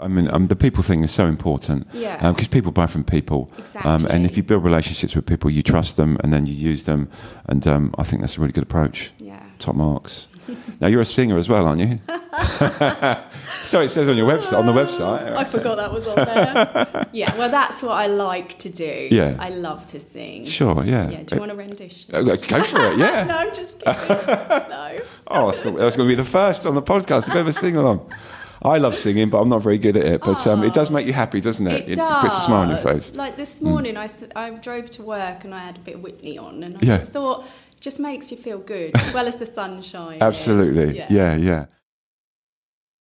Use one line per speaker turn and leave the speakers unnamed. I mean, um, the people thing is so important because
Yeah.
people buy from people. Um, and if
Exactly.
you build relationships with people, you trust them and then you use them. And um, I think that's a really good approach.
Yeah.
Top marks. now, you're a singer as well, aren't you? so it says on your website. On the website.
I forgot that was on there. yeah, well, that's what I like to do.
Yeah.
I love to sing.
Sure, yeah.
Yeah, do you want a rendition?
Uh, Go for it, yeah.
no, I'm just kidding. no.
Oh, I thought that was going to be the first on the podcast I've ever sing along. I love singing, but I'm not very good at it. But um, it does make you happy, doesn't it?
It does.
puts a smile on your face. Hmm.
Like this morning, I s I I, drove to work and I had a bit of Whitney on, and I
Yeah.
just thought, just makes you feel good, as well as the sunshine.
Absolutely. Yeah, yeah.